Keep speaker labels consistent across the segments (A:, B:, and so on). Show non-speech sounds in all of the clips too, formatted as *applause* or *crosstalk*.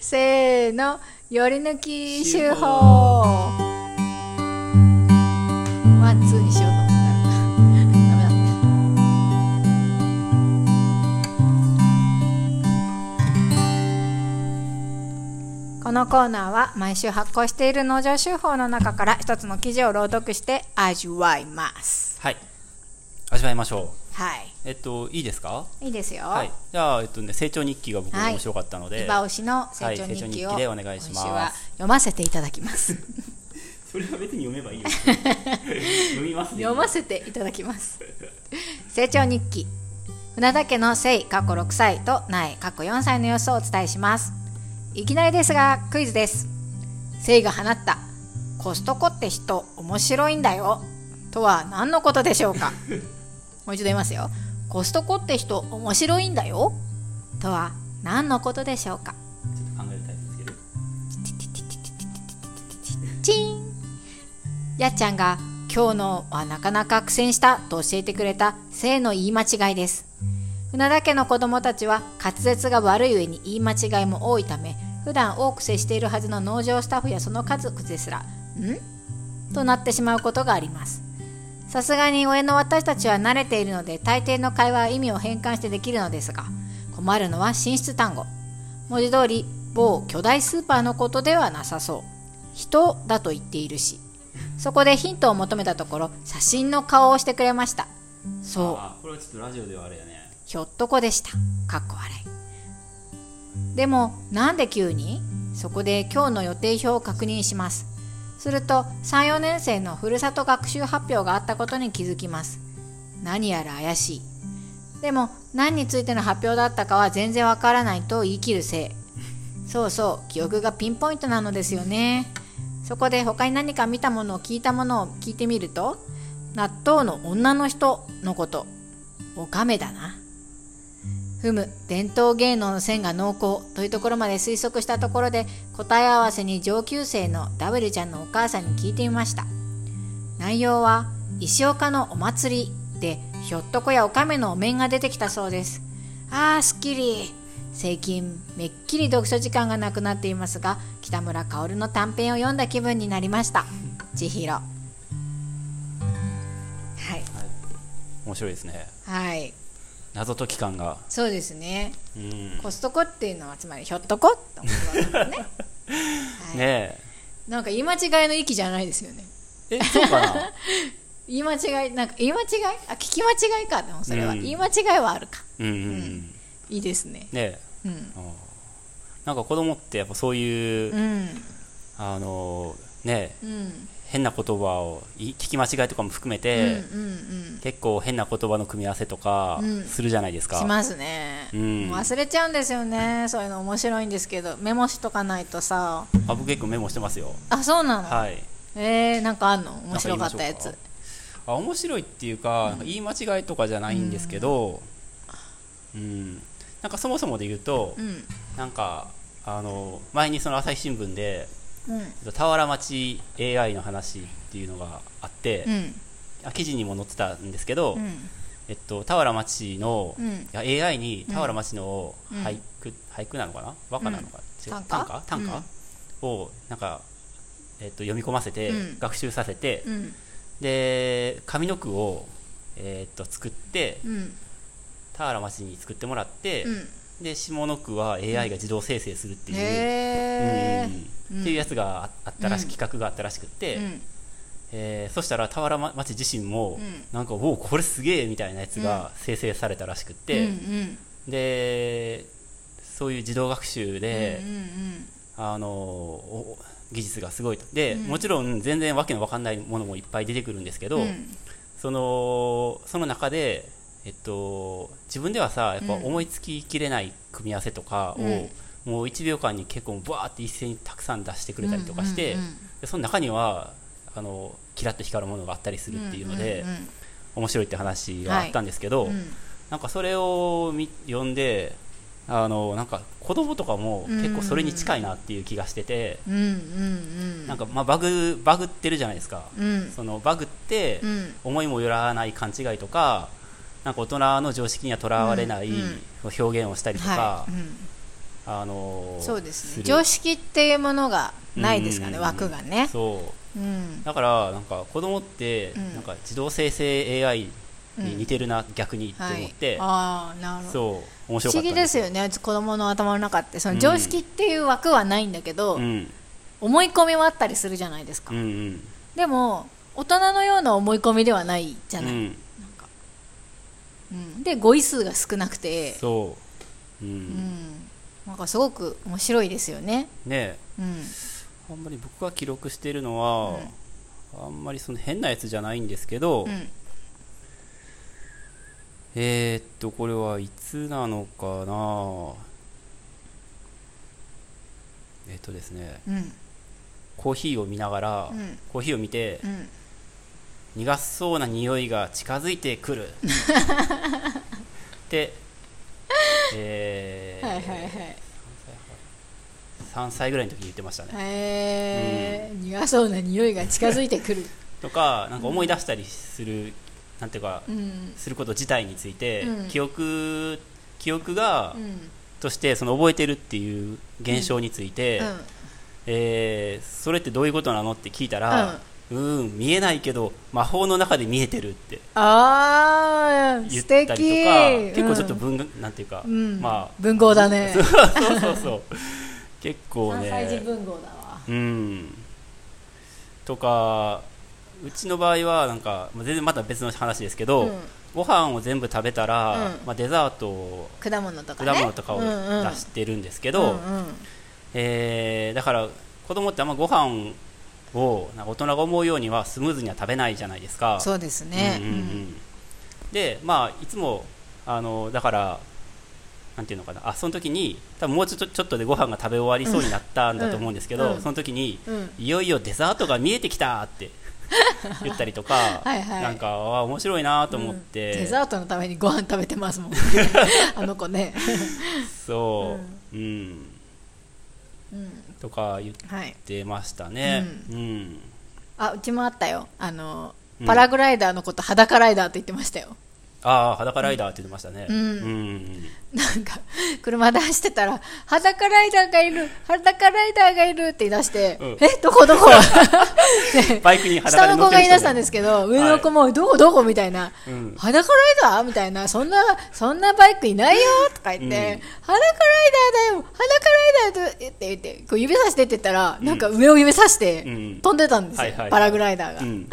A: せーの、より抜き手法。ワン、ツーにしようと思ったら。ダメだ。このコーナーは毎週発行している農場手法の中から一つの記事を朗読して味わいます。
B: はい味わいましょ
A: は
B: うえっといいですか
A: い。いいですよ。
B: はいじゃあ、えっとね、成長日記が僕面白かったので、
A: 今押しの成長日記を、
B: はい成長日記でお願いしま
A: 今
B: す
A: 週は読ませていただきます。
B: それは別に読めばい
A: *laughs*
B: いよ読みます
A: 読ませていただきます。成長日記。船田家の生過去6歳と苗過去4歳の様子をお伝えします。いきなりですがクイズです。生が放ったコストコって人面白いんだよとは何のことでしょうかもう一度言いますよ。コストコって人面白いんだよとは何のことでしょうか
B: 考えるタイプですけど
A: チーンやっちゃんが「今日のはなかなか苦戦した」と教えてくれた性の言い間違いです船田家の子供たちは滑舌が悪い上に言い間違いも多いため普段多く接しているはずの農場スタッフやその家族ですら「ん?」となってしまうことがありますさすがに親の私たちは慣れているので大抵の会話は意味を変換してできるのですが困るのは進出単語文字通り某巨大スーパーのことではなさそう人だと言っているしそこでヒントを求めたところ写真の顔をしてくれましたそう
B: あこれはちょっとラジオではあれやね
A: ひょっとこでした。かっこ笑い。でも、なんで急にそこで今日の予定表を確認します。すると、3、4年生のふるさと学習発表があったことに気づきます。何やら怪しい。でも、何についての発表だったかは全然わからないと言い切るせい。そうそう、記憶がピンポイントなのですよね。そこで他に何か見たものを聞いたものを聞いてみると、納豆の女の人のこと。おかめだな。ふむ、伝統芸能の線が濃厚というところまで推測したところで答え合わせに上級生の W ちゃんのお母さんに聞いてみました。内容は、石岡のお祭りでひょっとこやおかめのお面が出てきたそうです。あー、すっきり。最近、めっきり読書時間がなくなっていますが、北村薫の短編を読んだ気分になりました。千尋。はい。
B: 面白いですね
A: はい。
B: 謎解き感が
A: そうですね。
B: うん
A: コストコっていうのはつまりひょっとこってことなん
B: *laughs*
A: ですねはい
B: ね
A: なんか言い間違いの域じゃないですよね
B: ええそうか
A: *laughs*
B: な
A: 言い間違いなんか言い間違いあ聞き間違いかでもそれは、
B: うん
A: 言い間違いはあるか
B: うんうんうん
A: いいですね
B: ね
A: うん
B: あーなんか子供ってやっぱそういう、
A: うん
B: あのね
A: うん
B: 変な言葉をい聞き間違いとかも含め
A: うんうん
B: て、
A: うん
B: 結構変な言葉の組み合わせとか
A: うん
B: するじゃないですか、
A: しますね、
B: うん
A: 忘れちゃうんですよねそういうの面白いんですけどメモしとかないとさ
B: あ僕結構メモしてますよ
A: あそうなの、
B: はい
A: えー、なんかあんの面
B: なん言
A: 白
B: い
A: か
B: ま
A: っ
B: しょう
A: たやつ
B: あ面白いっていうか,、なんか言い間違いとかじゃないんですけどうん、なんかそもそもで言うと、
A: うん
B: なんかあの前にその朝日新聞で
A: うん
B: 田原町 AI の話っていうのがあって、
A: うん
B: あ記事にも載ってたんですけど、
A: うん
B: えっと、田原町の、
A: うん
B: いや AI に田原町の
A: うん
B: 俳句、俳句なのかな和歌なのか、違う
A: 短歌
B: 短歌短歌
A: うん
B: をなんか、えっと、読み込ませて、
A: うん
B: 学習させて、
A: うん
B: で上の句を、えーっと作って
A: うん
B: 田原町に作ってもらって、
A: うん
B: で下の句は AI が自動生成するっていう。
A: へえ
B: うんっていうやつがああったら
A: う
B: し、
A: ん
B: 企画があったらしくって、
A: うん
B: えーそしたら田原町自身も、
A: うん
B: なんかおおこれすげえみたいなやつが生成されたらしくって、
A: うん
B: でそういう自動学習で、
A: うん
B: あのお技術がすごいとで、
A: うん
B: もちろん全然わけのわかんないものもいっぱい出てくるんですけ
A: う
B: ど、
A: んうんうん
B: そのその中で、えっと、自分ではさやっぱ
A: うん
B: 思いつききれない組み合わせとかを、
A: うん
B: もう1秒間に結構バーって一斉にたくさん出してくれたりとかして、
A: うんうんうん
B: でその中にはあのキラッと光るものがあったりするっていうので、
A: んん
B: 面白いって話があったんですけど、
A: うん
B: なんかそれを見読んであのなんか子供とかも結構それに近いなっていう気がしてて、
A: うんうん
B: なんかまあバグバグってるじゃないですか、
A: うん
B: そのバグって
A: うん
B: 思いもよらない勘違いとかなんか大人の常識にはとらわれない
A: うん
B: 表現をしたりとか、
A: はいうん
B: あの
A: そうですね
B: る
A: 常識っていうものがないですかね
B: うん
A: 枠がね
B: そう
A: うん
B: だからなんか子供って
A: うん
B: なんか自動生成 AI に似てるな、逆にって
A: は
B: 思っ
A: い
B: て、
A: ああなるほど
B: そう面
A: 不
B: 白か
A: 思
B: った
A: 議
B: ん
A: ですよね子供の頭の中ってその
B: うん
A: 常識っていう枠はないんだけど、
B: うん
A: 思い込みはあったりするじゃないですか、
B: うんうん
A: でも大人のような思い込みではないじゃ
B: う
A: ない、
B: ん
A: うんで語彙数が少なくて
B: そう、うん
A: うん、なんかすごく面白いですよね、
B: ねえ
A: うん、
B: あんまり僕が記録しているのは、あんまりその変なやつじゃないんですけど、
A: うん
B: えー、っとこれはいつなのかなえっとですね
A: うん
B: コーヒーを見ながら、
A: うん
B: コーヒーを見て
A: う、ん
B: 苦そうな匂いが近づいてくるで、えー
A: はいはいはい
B: 3歳ぐらいの時に言ってましたね、
A: へえ苦そうな匂いが近づいてくる、
B: とかなんか思い出したりする、なんていうか
A: うん
B: すること自体について、
A: うん
B: 記憶記憶が、
A: うん
B: としてその覚えてるっていう現象について、
A: うん
B: えーそれってどういうことなのって聞いたら、うん、ん見えないけど魔法の中で見えてるって
A: ああ
B: 言っ
A: 素
B: た
A: 敵
B: りとか結構ちょっと
A: うん
B: 文、なんていうか、
A: うん
B: まあ
A: 文豪だね
B: そうそうそう結構
A: 3歳児
B: ね
A: 文豪だわ
B: うんとかうちの場合はなんかまあ全然また別の話ですけど、
A: うん
B: ご飯を全部食べたら、
A: うん
B: まあ、デザートを
A: 果物とかね
B: 果物とかを出してるんですけど、
A: うんうん
B: えーだから子供ってあんまご飯をなんか大人が思うようにはスムーズには食べないじゃないですか
A: そうですね
B: うんうんうんでまあいつもあのだからなんていうのかなあその時に多分もうちょっとちょっとでご飯が食べ終わりそうになったんだと思うんですけど、
A: うん
B: その時に、
A: うん
B: いよいよデザートが見えてきたって *laughs* 言ったりとか
A: はいはい
B: なんかあー面白いなと思っ
A: う
B: て、
A: んデザートのためにご飯食べてます
B: *laughs*
A: もんねあの子ね、
B: そう、うん、
A: うん、
B: とか言っ
A: はい
B: てましたね、うん、
A: あうちもあったよあの
B: うん
A: パラグライダーのこと裸ライダーって言ってましたよ、
B: ああ裸ライダーって言ってましたね
A: うん
B: うん
A: なんか車で走ってたら裸ライダーがいる裸ライダーがいるって言い出して、
B: うん
A: えどこど
B: *laughs*
A: こね
B: バイクに裸
A: 下
B: で
A: の
B: 乗
A: 子が
B: ってる人も
A: 言い出したんですけど上の子もどこどこみたいな、
B: うん
A: 裸ライダーみたいなそんなそんなバイクいないよとか言って、
B: うん
A: 裸ライダーだよ裸ライダーだよって言ってこう指さしてって言ったら、なんか上を指さして
B: うん
A: 飛んでたんですよ、
B: はいはいはい
A: パラグライダーが、 *laughs*
B: うん、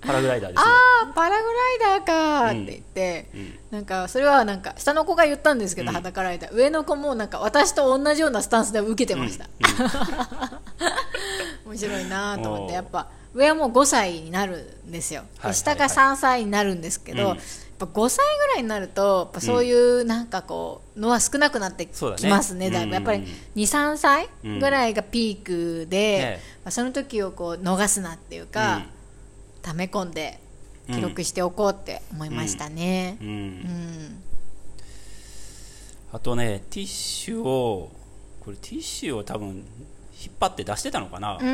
B: パラグライダーですね
A: ああパラグライダーかーって言って、
B: うん
A: なんかそれはなんか下の子が言ったんですけど、
B: うん
A: 裸ライダー上の子もなんか私と同じようなスタンスで受けてました、面白いなーと思っ
B: お
A: て
B: ー
A: やっぱ上はもう5歳になるんですよ、
B: はいはいはい
A: で下が3歳になるんですけど、
B: うん
A: やっぱ5歳ぐらいになるとやっぱそういうなんかこうのは少なくなってき
B: そうだね
A: ますねだいぶ、
B: うん
A: やっぱり23歳ぐらいがピークで
B: ね、
A: まあその時をこう逃すなっていうか、溜め込んで記録しておこうって思いましたね
B: うんう、
A: うんん
B: あとねティッシュをこれティッシュを多分引っ張って出してたのかな、
A: うんう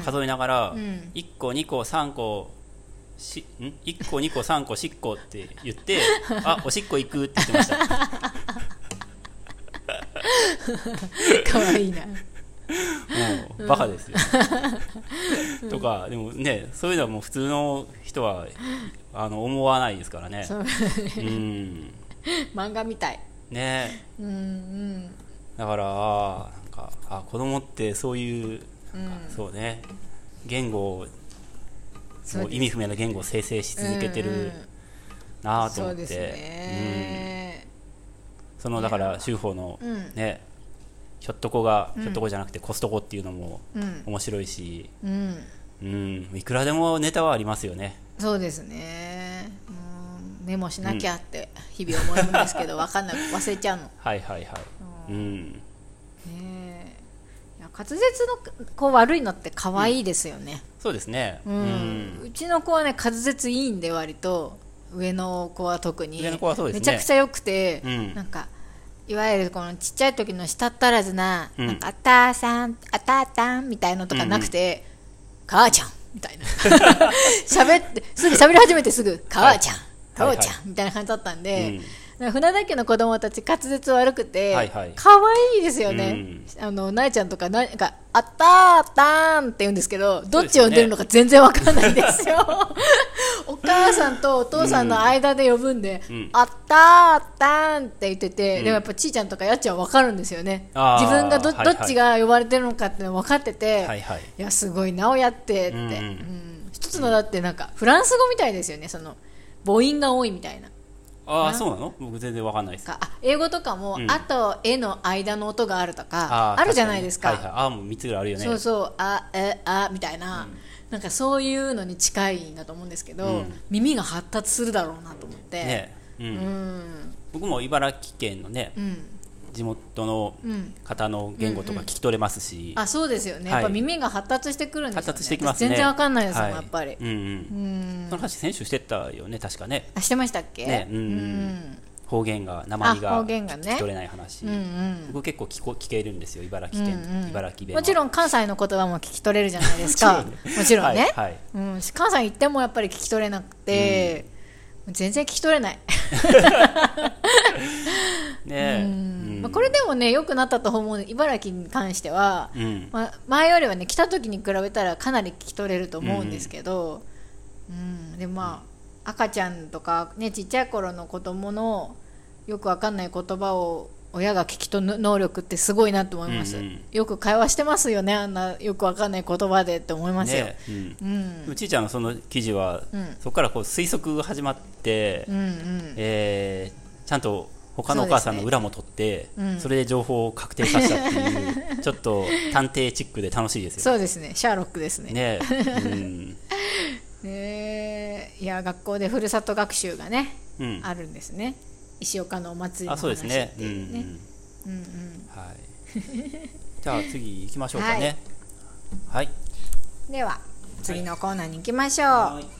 A: ん
B: 数えながら、
A: うん
B: 1個2個3個しん1個2個3個しっこって言ってあおしっこ行くって言ってました
A: かわ
B: *laughs*
A: いいな
B: もうバカですよ、 *laughs* とかでもねそういうのはもう普通の人はあの思わないですからね
A: そう
B: うん
A: 漫画みたい
B: ね
A: うんうん
B: だからあーなんかあ子供ってそういうなんか、そうね言語を
A: そう
B: も
A: で
B: う
A: す
B: 意味不明な言語を生成し続けて
A: うんうん
B: るなあと
A: そ
B: 思っ
A: う
B: て、
A: ですね
B: うんそのだから修法の
A: うん
B: ねひょっとこがひょっとこじゃなくてコストコっていうのも
A: うん
B: 面白いし、
A: うん
B: うん、いくらでもネタはありますよね
A: そうですねうんメモしなきゃって日々思うんですけどわかん *laughs* ない忘れちゃうの
B: はいはいはいうん
A: ねえいや滑舌のこう悪いのって可愛いですよね、
B: そうですね
A: う
B: うんん
A: うちの子はね滑舌いいんで割と上の子は特に
B: 上の子はそうですね
A: めちゃくちゃ良くて、
B: うん
A: なんかいわゆるこのちっちゃい時の舌足らずな,、
B: うん
A: なんか「あたーさんあたーたん」みたいのとかなくて「母ちゃん」みたいな喋ってすぐ喋り始めてすぐ「母ちゃん、
B: はい
A: 母ちゃん」みたいな感じだったんで、
B: うん
A: 船田家の子供たち滑舌悪くて、
B: はいはい
A: 可愛いですよね、あのなえちゃんとかなんか「あったーあったーん」って言うんですけどどっち呼んでるのか全然わかんないん
B: *laughs*
A: ですよお母さんとお父さんの間で呼ぶんで「
B: うん
A: あったーあったーん」って言ってて、
B: うん
A: でもやっぱちーちゃんとかやっちゃんわかるんですよね
B: あー
A: 自分がど,、
B: はいはい
A: どっちが呼ばれてるのかっての分かってて、
B: はいはい
A: いやすごいなおやってって、う
B: う
A: んん
B: うん
A: 一つのだってなんかフランス語みたいですよねその母音が多いみたいな
B: ああ
A: な
B: そうなの僕全然わかんないです
A: かあ英語とかも「
B: うん
A: あ」と「え」の間の音があるとか
B: あー
A: あるじゃないですか
B: 確にはいはい、ああもう3つぐらいあるよね
A: そうそう「あ」「え」「あ」みたいな、なんかそういうのに近いんだと思うんですけど、
B: うん
A: 耳が発達するだろうなと思って、
B: ねうん
A: うん
B: 僕も茨城県のね
A: うん
B: 地元の
A: うん
B: 方の言語とか聞き取れますし、
A: あそうですよね、
B: はい
A: やっぱ耳が発達してくるんですよね
B: 発達してきますね
A: 私全然わかんないですもん、
B: は
A: やっぱり
B: うんうん
A: うん
B: その話選手してたよね確かね
A: あしてましたっけ、
B: ねうんう
A: うんん
B: 方言が鉛が
A: あ方言がね
B: 聞き取れない話、
A: うんうん
B: 僕結構聞こ聞けるんですよ茨城県、
A: うんうん
B: 茨城弁は
A: もちろん関西の言葉も聞き取れるじゃないです
B: *laughs*
A: かもちろんね、
B: はいはい
A: うん、関西行ってもやっぱり聞き取れなくて、全然聞き取れない、
B: ねうん
A: まあ、これでもね良くなったと思う茨城に関しては、
B: うん
A: まあ、前よりはね来た時に比べたらかなり聞き取れると思うんですけど、うんでもまあ赤ちゃんとか、ね、ちっちゃい頃の子供のよくわかんない言葉を親が聞き取る能力ってすごいなと思います、
B: うんうん
A: よく会話してますよねあんなよくわかんない言葉でって思いますよ、
B: ねうん
A: うん
B: うちーちゃんのその記事は、
A: うん
B: そこからこう推測が始まって、
A: うんうん
B: えーちゃんと他のお母さんの裏も取ってそ,、
A: そうですねうん
B: れで情報を確定させたっていう
A: *laughs*
B: ちょっと探偵チックで楽しいですよ
A: そうですねシャーロックですねね
B: ね
A: *laughs*
B: うん、
A: えいや学校でふるさと学習がね、
B: うん、
A: あるんですね石岡のお祭りの
B: あそうです
A: 話っ
B: ね
A: ていうねうんうん
B: うんうんはいじゃあ次行きましょうかねはい
A: では次のコーナーに行きましょう、
B: はい